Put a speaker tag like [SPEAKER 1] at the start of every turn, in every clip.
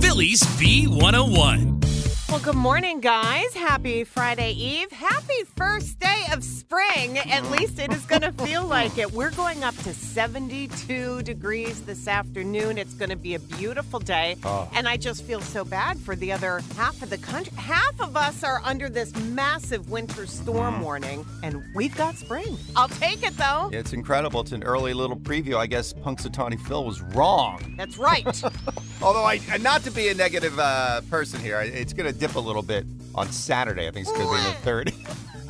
[SPEAKER 1] Phillies B101.
[SPEAKER 2] Well, good morning, guys. Happy Friday Eve. Happy first day of spring. At least it is going to feel like it. We're going up to 72 degrees this afternoon. It's going to be a beautiful day.
[SPEAKER 3] Ah.
[SPEAKER 2] And I just feel so bad for the other half of the country. Half of us are under this massive winter storm
[SPEAKER 3] Mm.
[SPEAKER 2] warning, and we've got spring. I'll take it, though.
[SPEAKER 3] It's incredible. It's an early little preview. I guess Punxsutawney Phil was wrong.
[SPEAKER 2] That's right.
[SPEAKER 3] Although, I not to be a negative uh, person here, I- it's going to dip a little bit on Saturday. I think it's going to be in the 30.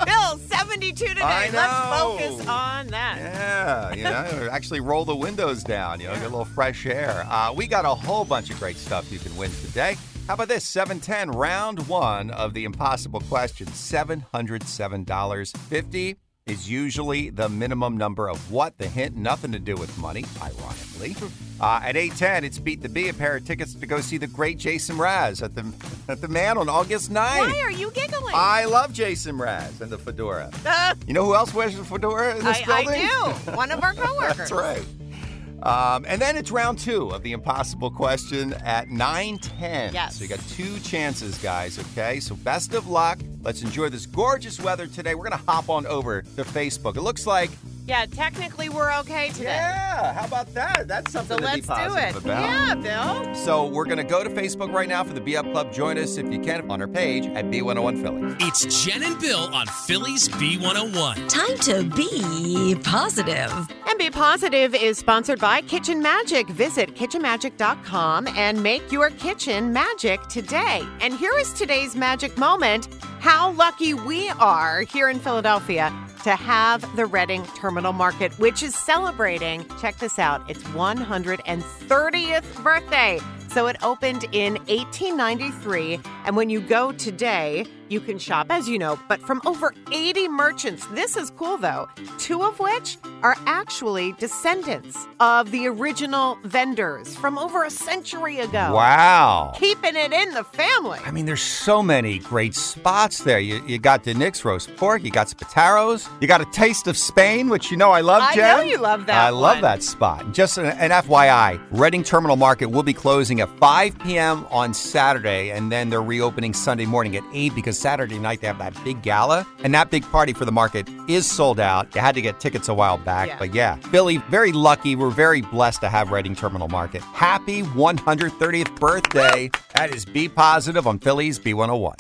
[SPEAKER 2] Bill, 72 today.
[SPEAKER 3] I
[SPEAKER 2] Let's focus
[SPEAKER 3] know.
[SPEAKER 2] on that.
[SPEAKER 3] yeah, you know, actually roll the windows down, you know, get a little fresh air. Uh, we got a whole bunch of great stuff you can win today. How about this? 710, round one of the impossible question. $707.50 is usually the minimum number of what? The hint, nothing to do with money, ironically. Uh, at 810, it's Beat the Bee, a pair of tickets to go see the great Jason Raz at the, at the Man on August 9th.
[SPEAKER 2] Why are you giggling?
[SPEAKER 3] I love Jason Raz and the fedora.
[SPEAKER 2] Uh,
[SPEAKER 3] You know who else wears a fedora in this
[SPEAKER 2] I,
[SPEAKER 3] building?
[SPEAKER 2] I do. One of our coworkers.
[SPEAKER 3] That's right. Um, and then it's round two of the impossible question at 9.10.
[SPEAKER 2] Yes.
[SPEAKER 3] So you got two chances, guys, okay? So best of luck. Let's enjoy this gorgeous weather today. We're going to hop on over to Facebook. It looks like,
[SPEAKER 2] Yeah, technically we're okay today.
[SPEAKER 3] yeah, how about that? That's
[SPEAKER 2] so
[SPEAKER 3] something to be
[SPEAKER 2] let's do
[SPEAKER 3] positive
[SPEAKER 2] it.
[SPEAKER 3] about.
[SPEAKER 2] Yeah, Bill.
[SPEAKER 3] So we're going to go to Facebook right now for the Be Up Club. Join us if you can on our page at B101 Philly.
[SPEAKER 1] It's Jen and Bill on Phillies B101.
[SPEAKER 4] Time to be positive.
[SPEAKER 2] And Be Positive is sponsored by Kitchen Magic. Visit kitchenmagic.com and make your kitchen magic today. And here is today's magic moment how lucky we are here in Philadelphia to have the Reading Terminal Market, which is celebrating, check this out, its 130th birthday. So it opened in 1893, and when you go today, you can shop, as you know, but from over 80 merchants. This is cool though, two of which are actually descendants of the original vendors from over a century ago.
[SPEAKER 3] Wow.
[SPEAKER 2] Keeping it in the family.
[SPEAKER 3] I mean, there's so many great spots there. You, you got the Nix roast pork, you got Spataros, you got a taste of Spain, which you know I love,
[SPEAKER 2] I
[SPEAKER 3] Jen.
[SPEAKER 2] know you love that
[SPEAKER 3] I love
[SPEAKER 2] one.
[SPEAKER 3] that spot. Just an, an FYI, Reading Terminal Market will be closing at 5 p.m. on Saturday, and then they're reopening Sunday morning at 8 because Saturday night they have that big gala, and that big party for the market is sold out. You had to get tickets a while back,
[SPEAKER 2] Yeah.
[SPEAKER 3] but yeah, Philly, very lucky. We're very blessed to have Reading Terminal Market. oh Happy 130th birthday. That is Be Positive on Philly's B101.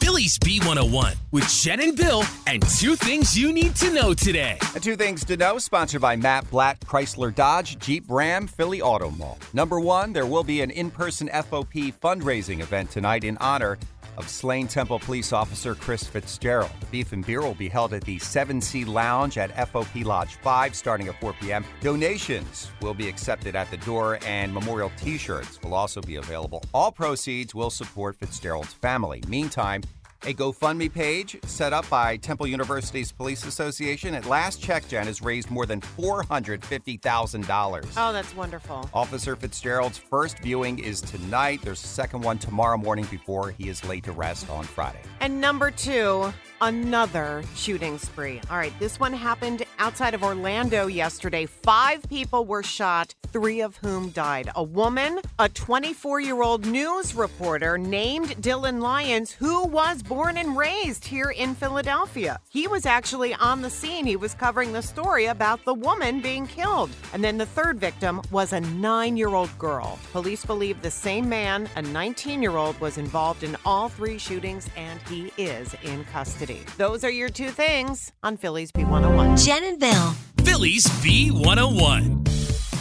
[SPEAKER 1] Phillies B101 with Jen and Bill and two things you need to know today.
[SPEAKER 3] And two things to know, sponsored by Matt Black, Chrysler Dodge, Jeep Ram, Philly Auto Mall. Number one, there will be an in person FOP fundraising event tonight in honor of slain Temple police officer Chris Fitzgerald. The beef and beer will be held at the 7C Lounge at FOP Lodge 5 starting at 4 p.m. Donations will be accepted at the door, and memorial t shirts will also be available. All proceeds will support Fitzgerald's family. Meantime, a GoFundMe page set up by Temple University's Police Association at last check, Jen, has raised more than $450,000.
[SPEAKER 2] Oh, that's wonderful.
[SPEAKER 3] Officer Fitzgerald's first viewing is tonight. There's a second one tomorrow morning before he is laid to rest on Friday.
[SPEAKER 2] And number two, another shooting spree. All right, this one happened outside of Orlando yesterday. Five people were shot, three of whom died a woman, a 24 year old news reporter named Dylan Lyons, who was born and raised here in Philadelphia. He was actually on the scene. He was covering the story about the woman being killed. And then the third victim was a nine year old girl. Police believe the same man, a 19 year old, was involved in all three shootings, and he is in custody. Those are your two things on Phillies B101.
[SPEAKER 4] Jen and Bill.
[SPEAKER 1] Phillies B101.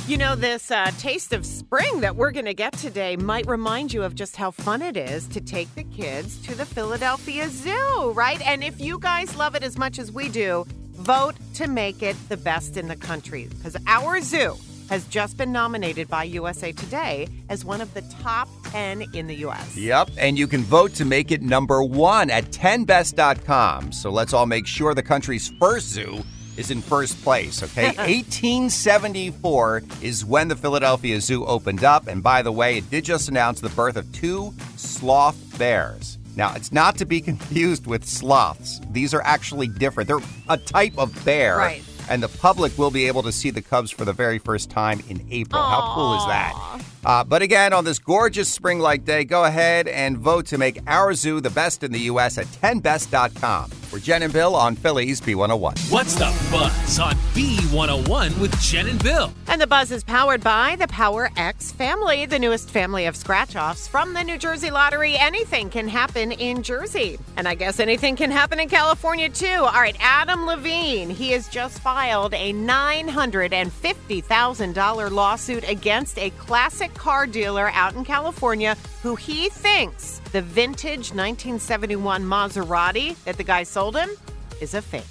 [SPEAKER 2] You know, this uh, taste of spring that we're going to get today might remind you of just how fun it is to take the kids to the Philadelphia Zoo, right? And if you guys love it as much as we do, vote to make it the best in the country because our zoo has just been nominated by USA Today as one of the top 10 in the U.S.
[SPEAKER 3] Yep, and you can vote to make it number one at 10best.com. So let's all make sure the country's first zoo is in first place, okay? 1874 is when the Philadelphia Zoo opened up. And by the way, it did just announce the birth of two sloth bears. Now, it's not to be confused with sloths. These are actually different. They're a type of bear.
[SPEAKER 2] Right.
[SPEAKER 3] And the public will be able to see the Cubs for the very first time in April. How cool is that? Uh, but again, on this gorgeous spring like day, go ahead and vote to make our zoo the best in the U.S. at 10best.com. We're Jen and Bill on Phillies B101.
[SPEAKER 1] What's the buzz on B101 with Jen and Bill?
[SPEAKER 2] And the buzz is powered by the Power X family, the newest family of scratch offs from the New Jersey Lottery. Anything can happen in Jersey. And I guess anything can happen in California too. All right, Adam Levine, he has just filed a $950,000 lawsuit against a classic car dealer out in California who he thinks the vintage 1971 Maserati that the guy sold him is a fake.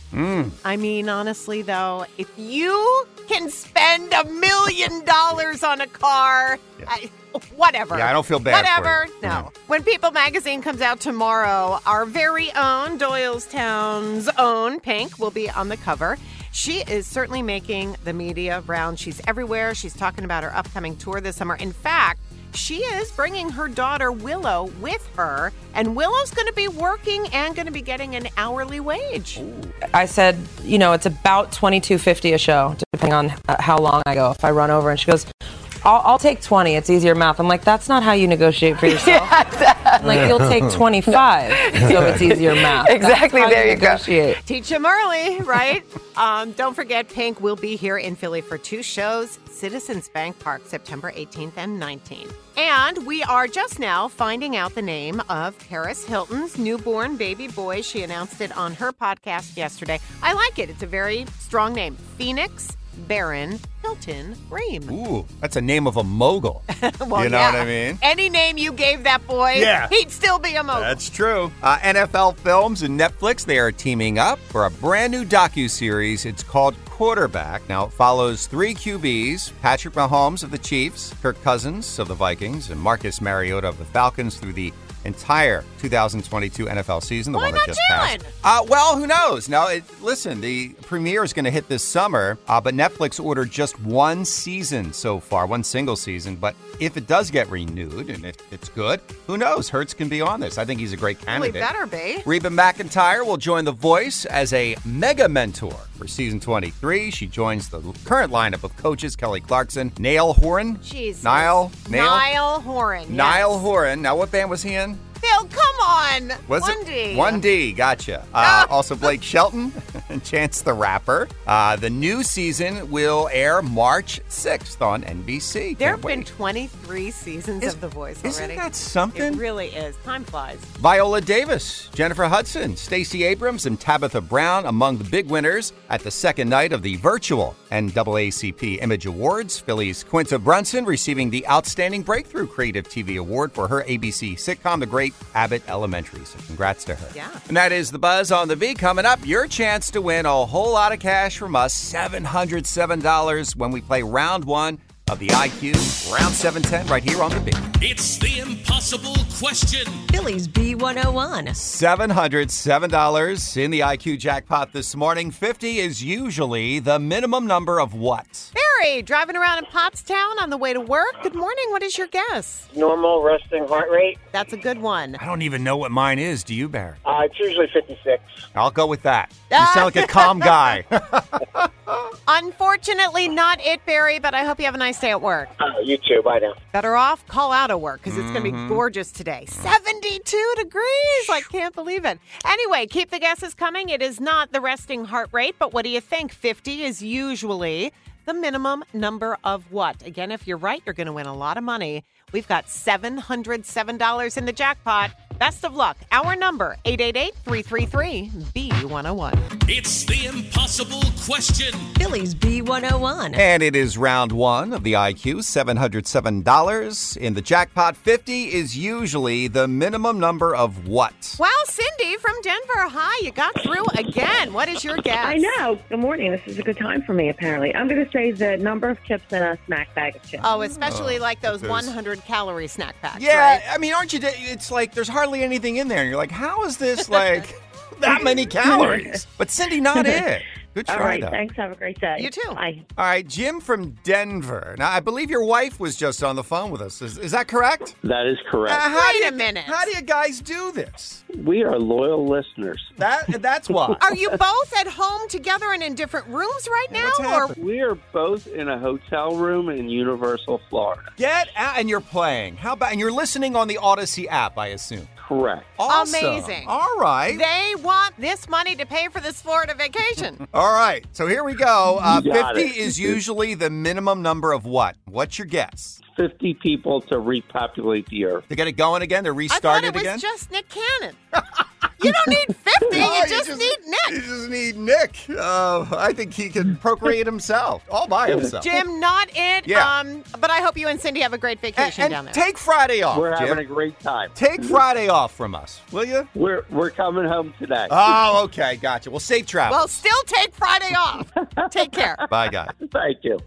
[SPEAKER 2] I mean, honestly, though, if you can spend a million dollars on a car, I, whatever.
[SPEAKER 3] Yeah, I don't feel bad for
[SPEAKER 2] Whatever.
[SPEAKER 3] you.
[SPEAKER 2] No.
[SPEAKER 3] No.
[SPEAKER 2] When People Magazine comes out tomorrow, our very own Doylestown's own Pink will be on the cover. She is certainly making the media round. She's everywhere. She's talking about her upcoming tour this summer. In fact, she is bringing her daughter Willow with her, and Willow's going to be working and going to be getting an hourly wage.
[SPEAKER 5] I said, you know, it's about twenty two fifty a show, depending on uh, how long I go. If I run over, and she goes, "I'll, I'll take twenty. It's easier math." I'm like, "That's not how you negotiate for yourself. I'm like, you'll take twenty five, so it's easier math."
[SPEAKER 6] Exactly, there you go.
[SPEAKER 5] go.
[SPEAKER 2] Teach them early, right? um, don't forget, Pink will be here in Philly for two shows Citizens Bank Park, September 18th and 19th. And we are just now finding out the name of Paris Hilton's newborn baby boy. She announced it on her podcast yesterday. I like it, it's a very strong name Phoenix Baron Hilton Ream.
[SPEAKER 3] Ooh, that's a name of a mogul.
[SPEAKER 2] Well,
[SPEAKER 3] you know
[SPEAKER 2] yeah.
[SPEAKER 3] what I mean?
[SPEAKER 2] Any name you gave that boy,
[SPEAKER 3] Yeah.
[SPEAKER 2] he'd still be a mogul.
[SPEAKER 3] That's true. Uh, NFL Films and Netflix, they are teaming up for a brand new docu-series. It's called Quarterback. Now, it follows three QBs, Patrick Mahomes of the Chiefs, Kirk Cousins of the Vikings, and Marcus Mariota of the Falcons through the entire 2022 NFL season, the
[SPEAKER 2] Why
[SPEAKER 3] one that
[SPEAKER 2] not
[SPEAKER 3] just
[SPEAKER 2] Jalen?
[SPEAKER 3] passed. Uh, well, who knows? Now, it, listen, the premiere is going to hit this summer, uh, but Netflix ordered just one season so far, one single season. But if it does get renewed and it, it's good, who knows? Hertz can be on this. I think he's a great
[SPEAKER 2] we
[SPEAKER 3] candidate.
[SPEAKER 2] better be.
[SPEAKER 3] Reba McIntyre will join The Voice as a mega mentor for season 23. She joins the current lineup of coaches Kelly Clarkson, Nail Horan.
[SPEAKER 2] Jesus.
[SPEAKER 3] Nile. Nail.
[SPEAKER 2] Niall Horan. yes.
[SPEAKER 3] Niall Horan. Now, what band was he in?
[SPEAKER 2] Phil, come on.
[SPEAKER 3] Was it-
[SPEAKER 2] 1D.
[SPEAKER 3] 1D, gotcha.
[SPEAKER 2] Ah.
[SPEAKER 3] Uh, also, Blake Shelton and Chance the Rapper. Uh, the new season will air March 6th on NBC.
[SPEAKER 2] There
[SPEAKER 3] Can't
[SPEAKER 2] have been
[SPEAKER 3] wait.
[SPEAKER 2] 23 seasons of The Voice
[SPEAKER 3] Isn't
[SPEAKER 2] already.
[SPEAKER 3] that something?
[SPEAKER 2] It really is. Time flies.
[SPEAKER 3] Viola Davis, Jennifer Hudson, Stacey Abrams, and Tabitha Brown among the big winners at the second night of the virtual NAACP Image Awards. Philly's Quinta Brunson receiving the Outstanding Breakthrough Creative TV Award for her ABC sitcom, The Great Abbott Elementary. So congrats to her.
[SPEAKER 2] Yeah.
[SPEAKER 3] And that is the buzz on the V. Coming up, your chance to win a whole lot of cash from us $707 when we play round one of the IQ, round 710, right here on the V.
[SPEAKER 1] It's the impossible question.
[SPEAKER 4] Phillies B101.
[SPEAKER 3] $707 in the IQ jackpot this morning. 50 is usually the minimum number of what?
[SPEAKER 2] Barry, driving around in Pottstown on the way to work. Good morning. What is your guess?
[SPEAKER 6] normal resting heart rate.
[SPEAKER 2] That's a good one.
[SPEAKER 3] I don't even know what mine is. Do you, Bear?
[SPEAKER 6] Uh, it's usually 56.
[SPEAKER 3] I'll go with that. You sound like a calm guy.
[SPEAKER 2] Unfortunately, not it, Barry, but I hope you have a nice day at work.
[SPEAKER 6] Uh, you too. Bye now.
[SPEAKER 2] Better off call out of work because it's going to be gorgeous today. 72 degrees. I can't believe it. Anyway, keep the guesses coming. It is not the resting heart rate, but what do you think? 50 is usually the minimum number of what? Again, if you're right, you're going to win a lot of money. We've got $707 in the jackpot. Best of luck. Our number 888-333-B101.
[SPEAKER 1] It's the impossible question.
[SPEAKER 4] Phillies B101.
[SPEAKER 3] and it is round one of the IQ, $707 in the jackpot. 50 is usually the minimum number of what?
[SPEAKER 2] Wow, Cindy from Denver. Hi, you got through again. What is your guess?
[SPEAKER 7] I know. Good morning. This is a good time for me, apparently. I'm going to say the number of chips in a snack bag of chips.
[SPEAKER 2] Oh, especially like those
[SPEAKER 3] those-
[SPEAKER 2] 100 calorie snack packs.
[SPEAKER 3] Yeah, uh,
[SPEAKER 2] right?
[SPEAKER 3] I mean, aren't you? It's like there's hardly anything in there. And you're like, how is this like that many calories? But Cindy, not it. Good try,
[SPEAKER 7] All right.
[SPEAKER 3] though.
[SPEAKER 7] Thanks. Have a great day.
[SPEAKER 2] You too.
[SPEAKER 7] Bye.
[SPEAKER 3] All right, Jim from Denver. Now, I believe your wife was just on the phone with us. Is, is that correct?
[SPEAKER 8] That is
[SPEAKER 3] Uh,
[SPEAKER 8] correct.
[SPEAKER 3] how
[SPEAKER 2] Wait
[SPEAKER 3] do
[SPEAKER 2] a
[SPEAKER 3] you-
[SPEAKER 2] minute.
[SPEAKER 3] How do you guys do this?
[SPEAKER 8] We are loyal listeners.
[SPEAKER 3] That that's why.
[SPEAKER 2] Are you both at home together and in different rooms right now?
[SPEAKER 3] What's
[SPEAKER 2] or
[SPEAKER 3] happening?
[SPEAKER 8] We are both in a hotel room in Universal, Florida.
[SPEAKER 3] Get out, and you're playing. How about? And you're listening on the Odyssey app, I assume.
[SPEAKER 8] Correct.
[SPEAKER 3] Awesome.
[SPEAKER 2] Amazing.
[SPEAKER 3] All right.
[SPEAKER 2] they want this money to pay for this Florida vacation?
[SPEAKER 3] All right. So here we go. Uh,
[SPEAKER 8] You got
[SPEAKER 3] Fifty
[SPEAKER 8] it.
[SPEAKER 3] is usually the minimum number of what? What's your guess?
[SPEAKER 8] 50 people to repopulate the earth.
[SPEAKER 3] To get it going again, to
[SPEAKER 2] I
[SPEAKER 3] restart
[SPEAKER 2] thought it was
[SPEAKER 3] again.
[SPEAKER 2] just Nick Cannon. you don't need 50,
[SPEAKER 3] Oh,
[SPEAKER 2] you just, need
[SPEAKER 3] You
[SPEAKER 2] Nick.
[SPEAKER 3] just need Nick. Uh, I think he can procreate himself all by himself.
[SPEAKER 2] Jim, not it.
[SPEAKER 3] Yeah.
[SPEAKER 2] Um, but I hope you and Cindy have a great
[SPEAKER 3] A-
[SPEAKER 2] vacation
[SPEAKER 3] and
[SPEAKER 2] down there.
[SPEAKER 3] take Friday off.
[SPEAKER 8] We're
[SPEAKER 3] Jim.
[SPEAKER 8] having a great time.
[SPEAKER 3] Take Friday off from us, will you?
[SPEAKER 8] We're we're coming home today.
[SPEAKER 2] Uh,
[SPEAKER 3] Oh, okay, gotcha. Well, safe travel.
[SPEAKER 2] well, still take Friday off. take care.
[SPEAKER 3] Bye, guys.
[SPEAKER 8] Thank you.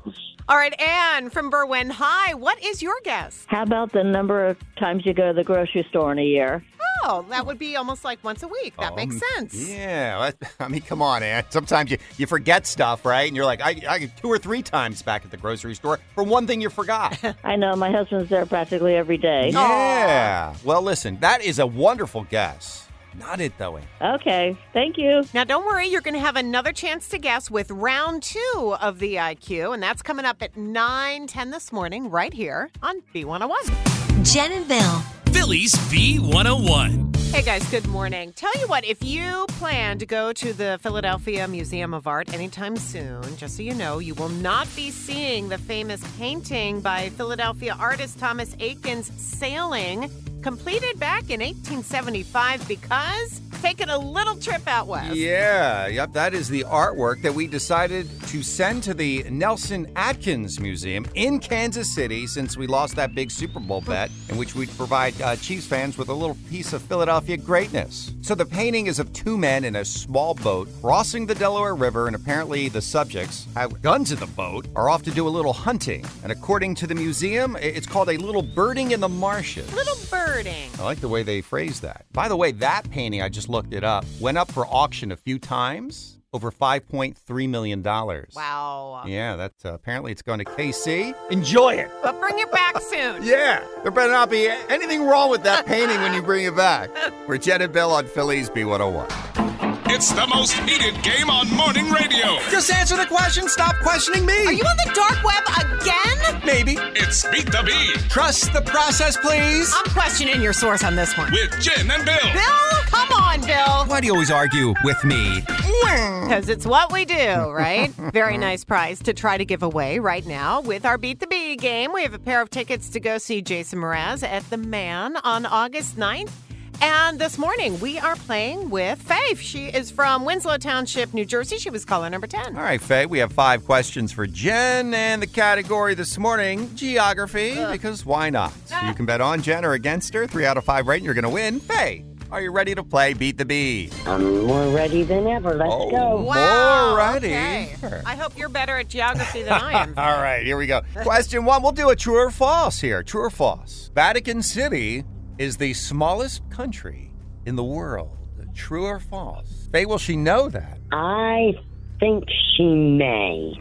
[SPEAKER 2] All right, Anne from Berwyn. Hi, what is your guess?
[SPEAKER 9] How about the number of times you go to the grocery store in a year?
[SPEAKER 2] Oh, that would be almost like once a week.
[SPEAKER 3] Um,
[SPEAKER 2] That makes sense.
[SPEAKER 3] Yeah, I, I mean, come on, Ann. Sometimes you, you forget stuff, right? And you're like, I, I two or three times back at the grocery store for one thing you forgot.
[SPEAKER 9] I know my husband's there practically every day.
[SPEAKER 3] yeah. Well, listen, that is a wonderful guess. Not it though, Ann.
[SPEAKER 2] Oh.
[SPEAKER 9] Okay, thank you.
[SPEAKER 2] Now, don't worry, you're going to have another chance to guess with round two of the IQ, and that's coming up at 9 10 this morning, right here on B101.
[SPEAKER 4] Jen and Bill.
[SPEAKER 1] Phillies B101.
[SPEAKER 2] Hey guys, good morning. Tell you what, if you plan to go to the Philadelphia Museum of Art anytime soon, just so you know, you will not be seeing the famous painting by Philadelphia artist Thomas Aikens, Sailing, completed back in 1875 because taking a little trip out west.
[SPEAKER 3] Yeah, yep, that is the artwork that we decided to send to the Nelson Atkins Museum in Kansas City since we lost that big Super Bowl bet, in which we'd provide uh, Chiefs fans with a little piece of Philadelphia greatness. So the painting is of two men in a small boat crossing the Delaware River, and apparently the subjects have guns in the boat, are off to do a little hunting. And according to the museum, i- it's called a little birding in the marshes.
[SPEAKER 2] Little birding.
[SPEAKER 3] I like the way they phrase that. By the way, that painting, I just looked it up, went up for auction a few times, over $5.3 million. Wow.
[SPEAKER 2] Wow.
[SPEAKER 3] Yeah, that's uh, apparently it's going to KC. Enjoy it.
[SPEAKER 2] But bring it back soon.
[SPEAKER 3] Yeah, there better not be oh anything wrong with that painting when you bring it back. We're Jen and Bill on Phillies B101.
[SPEAKER 10] It's the most heated game on morning radio.
[SPEAKER 3] Just answer the question. Stop questioning me. Are you
[SPEAKER 2] on the dark web again?
[SPEAKER 3] Maybe.
[SPEAKER 10] It's Beat the Bee
[SPEAKER 3] Trust the process, please.
[SPEAKER 2] I'm questioning your source on this one.
[SPEAKER 10] with Jen and Bill.
[SPEAKER 2] Bill, come on, Bill.
[SPEAKER 3] Why do you always argue with me?
[SPEAKER 2] Because it's what we do, right? Very nice prize to try to give away right now with our Beat the Bee game. We have a pair of tickets to go see Jason Mraz at The Man on August 9th. And this morning, we are playing with Faith. She is from Winslow Township, New Jersey. She was caller number 10.
[SPEAKER 3] All right, Faye, we have five questions for Jen, and the category this morning, geography, because why not? So you can bet on Jen or against her, three out of five right, and you're going to win. Faye, are you ready to play Beat the Bee?
[SPEAKER 9] I'm more ready than ever. Let's
[SPEAKER 3] Oh.
[SPEAKER 9] go.
[SPEAKER 2] Wow.
[SPEAKER 3] Alrighty.
[SPEAKER 2] okay. I hope you're better at geography than I am.
[SPEAKER 3] All right, here we go. Question one, we'll do a true or false here. True or false? Vatican City is the smallest country in the world. True or false? Faye, will she know that?
[SPEAKER 9] I think she may.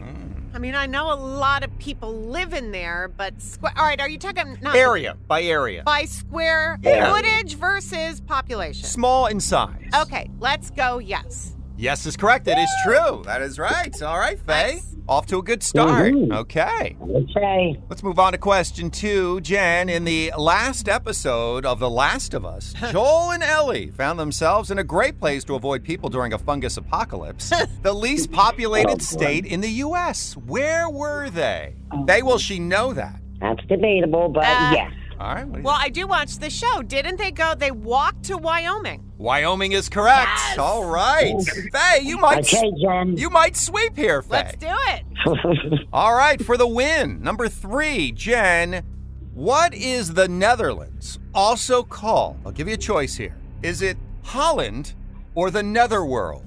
[SPEAKER 2] I mean, I know a lot of people live in there, but square. All right, are you talking not
[SPEAKER 3] Area, by area.
[SPEAKER 2] by square
[SPEAKER 3] Yeah.
[SPEAKER 2] footage versus population?
[SPEAKER 3] Small in size.
[SPEAKER 2] Okay, let's go. Yes.
[SPEAKER 3] Yes is correct. It is true. That is right. All right, Faye. Off to a good start. Okay.
[SPEAKER 9] Mm-hmm. Okay.
[SPEAKER 3] Let's move on to question two. Jen, in the last episode of The Last of Us, Joel and Ellie found themselves in a great place to avoid people during a fungus apocalypse. the least
[SPEAKER 9] Oh,
[SPEAKER 3] populated state in the U.S. Where were they? They will she know that.
[SPEAKER 9] Oh. That's debatable, but
[SPEAKER 2] Uh,
[SPEAKER 9] yes.
[SPEAKER 3] All right. What do you
[SPEAKER 2] Well, I do watch the show. Didn't they go? They walked to Wyoming.
[SPEAKER 3] Wyoming is correct. All right. Faye, you might
[SPEAKER 9] Okay, Jen.
[SPEAKER 3] you might sweep here, Faye.
[SPEAKER 2] Let's do it.
[SPEAKER 3] All right, for the win. Number three, Jen. What is the Netherlands also called? I'll give you a choice here. Is it Holland or the Netherworld?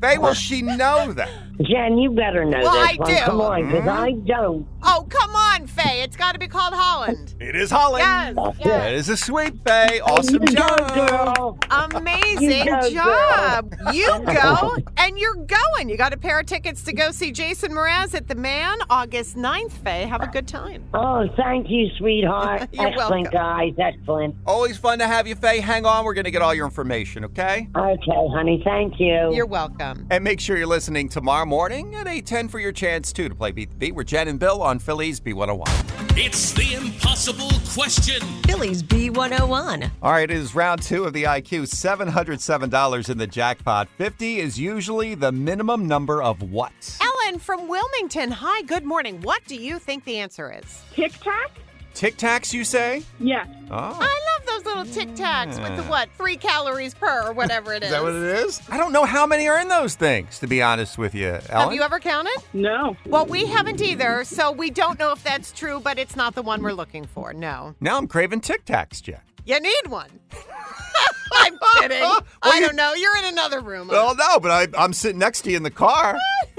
[SPEAKER 3] Faye, will she know that?
[SPEAKER 9] Jen, you better know
[SPEAKER 2] Well,
[SPEAKER 9] this
[SPEAKER 2] I
[SPEAKER 9] one.
[SPEAKER 2] do.
[SPEAKER 9] Come on, because I don't.
[SPEAKER 2] Oh, come on, Faye. It's got to be called Holland.
[SPEAKER 3] It is Holland.
[SPEAKER 2] Yes.
[SPEAKER 3] That
[SPEAKER 2] yes.
[SPEAKER 3] is a sweep, Faye. Awesome
[SPEAKER 9] you go,
[SPEAKER 3] job.
[SPEAKER 9] girl.
[SPEAKER 2] Amazing
[SPEAKER 9] You go,
[SPEAKER 2] job. You go and you're going. You got a pair of tickets to go see Jason Mraz at The Man August 9th, Faye. Have a good time.
[SPEAKER 9] Oh, thank you, sweetheart.
[SPEAKER 2] You're
[SPEAKER 9] excellent,
[SPEAKER 2] welcome.
[SPEAKER 9] guys. Excellent.
[SPEAKER 3] Always fun to have you, Faye. Hang on. We're going to get all your information, okay?
[SPEAKER 9] Okay, honey. Thank you.
[SPEAKER 2] You're welcome.
[SPEAKER 3] And make sure you're listening tomorrow morning at 8.10 for your chance, too, to play Beat the Beat with Jen and Bill on Phillies B101.
[SPEAKER 1] It's the impossible question.
[SPEAKER 4] Billy's B101.
[SPEAKER 3] All right, it is round two of the IQ. $707 in the jackpot. 50 is usually the minimum number of what?
[SPEAKER 2] Ellen from Wilmington. Hi, good morning. What do you think the answer is?
[SPEAKER 7] Tic Tac?
[SPEAKER 3] Tic Tacs, you say?
[SPEAKER 7] Yes.
[SPEAKER 3] Oh.
[SPEAKER 2] I love those little Tic Tacs with the what? Three calories per or whatever it is.
[SPEAKER 3] Is that what it is? I don't know how many are in those things, to be honest with you, Ellen.
[SPEAKER 2] Have you ever counted?
[SPEAKER 7] No.
[SPEAKER 2] Well, we haven't either, so we don't know if that's true, but it's not the one we're looking for. No.
[SPEAKER 3] now I'm craving Tic Tacs, Jack.
[SPEAKER 2] You need one. I'm kidding.
[SPEAKER 3] Well,
[SPEAKER 2] I
[SPEAKER 3] you-
[SPEAKER 2] don't know. You're in another room.
[SPEAKER 3] Well, no, but I, I'm sitting next to you in the car.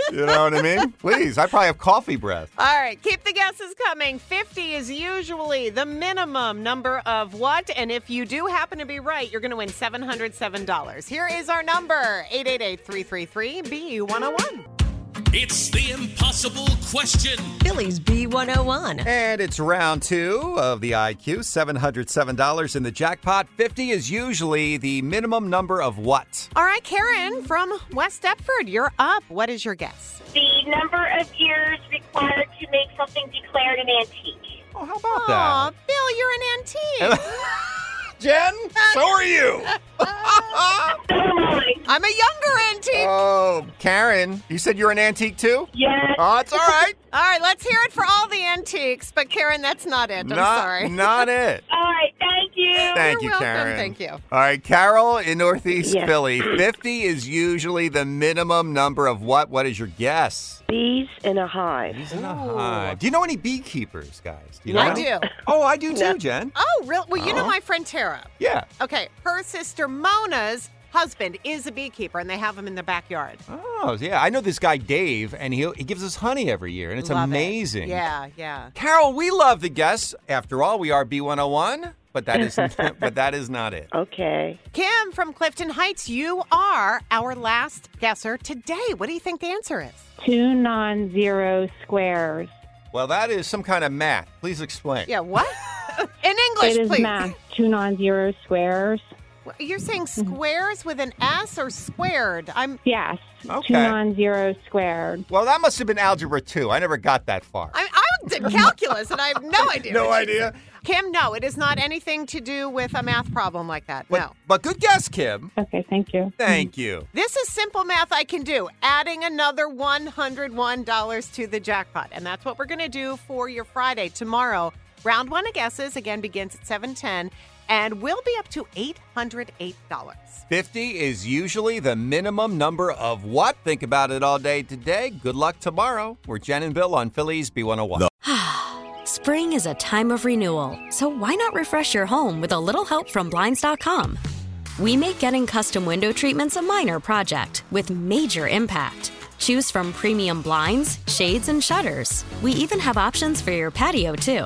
[SPEAKER 3] You know what I mean? Please, I probably have coffee breath.
[SPEAKER 2] All right, keep the guesses coming. 50 is usually the minimum number of what? And if you do happen to be right, you're going to win $707. Here is our number 888 333 BU101.
[SPEAKER 1] It's the impossible question.
[SPEAKER 4] Billy's B101.
[SPEAKER 3] And it's round two of the IQ. $707 in the jackpot. 50 is usually the minimum number of what?
[SPEAKER 2] All right, Karen from West Deptford, you're up. What is your guess?
[SPEAKER 11] the number of years required to make something declared an antique.
[SPEAKER 3] Oh, how about
[SPEAKER 2] Aw, Bill, you're an antique.
[SPEAKER 3] that? Jen, so are you.
[SPEAKER 11] Oh my!
[SPEAKER 2] I'm a younger antique.
[SPEAKER 3] oh, Karen, you said you're an antique too?
[SPEAKER 11] Yes.
[SPEAKER 3] Oh, it's all right.
[SPEAKER 2] All right, let's hear it for all the antiques. But Karen, that's not it. I'm
[SPEAKER 3] not,
[SPEAKER 2] sorry. Oh,
[SPEAKER 3] not it.
[SPEAKER 11] All right. Thank you.
[SPEAKER 3] Thank you,
[SPEAKER 2] welcome.
[SPEAKER 3] Karen.
[SPEAKER 2] Thank you.
[SPEAKER 3] All right, Carol in Northeast
[SPEAKER 9] Yes.
[SPEAKER 3] Philly. 50 is usually the minimum number of what? What is your guess?
[SPEAKER 9] Bees in a hive.
[SPEAKER 3] Bees in a hive. Do you know any beekeepers, guys? Do you know
[SPEAKER 2] I
[SPEAKER 3] any?
[SPEAKER 2] do.
[SPEAKER 3] Oh, I do too, Jen.
[SPEAKER 2] Oh, real? Well, you know my friend Tara.
[SPEAKER 3] Yeah.
[SPEAKER 2] Okay, her sister Mona's husband is a beekeeper, and they have him in their backyard.
[SPEAKER 3] Oh, yeah. I know this guy, Dave, and he, he gives us honey every year, and it's
[SPEAKER 2] Love it.
[SPEAKER 3] amazing.
[SPEAKER 2] Yeah, yeah.
[SPEAKER 3] Carol, we love the guests. After all, we are B101, but that is but that is not it.
[SPEAKER 9] Okay.
[SPEAKER 2] Kim from Clifton Heights, you are our last guesser today. What do you think the answer is?
[SPEAKER 7] Two non zero squares.
[SPEAKER 3] Well, that is some kind of math. Please explain.
[SPEAKER 2] Yeah, what? in English,
[SPEAKER 7] it is
[SPEAKER 2] please.
[SPEAKER 7] math. Two non zero squares.
[SPEAKER 2] Wha- you're saying
[SPEAKER 7] Mm-hmm.
[SPEAKER 2] squares with an S or squared? I'm
[SPEAKER 7] yes.
[SPEAKER 3] Okay.
[SPEAKER 7] Two non-zero squared.
[SPEAKER 3] Well, that must have been algebra two. I never got that far.
[SPEAKER 2] I, I'm d- calculus, and I have no idea.
[SPEAKER 3] No
[SPEAKER 2] what you
[SPEAKER 3] idea.
[SPEAKER 2] said. Kim, no, it is not anything to do with a math problem like that.
[SPEAKER 3] But,
[SPEAKER 2] no.
[SPEAKER 3] but good guess, Kim.
[SPEAKER 7] Okay, thank you.
[SPEAKER 3] Thank you.
[SPEAKER 2] This is simple math I can do, adding another $101 to the jackpot. And that's what we're going to do for your Friday tomorrow. Round one of guesses again begins at 7:10 and we'll be up to $808.
[SPEAKER 3] 50 is usually the minimum number of what? Think about it all day today. Good luck tomorrow. We're Jen and Bill on Phillies B101.
[SPEAKER 12] Spring is a time of renewal, so why not refresh your home with a little help from Blinds.com? We make getting custom window treatments a minor project with major impact. Choose from premium blinds, shades, and shutters. We even have options for your patio, too.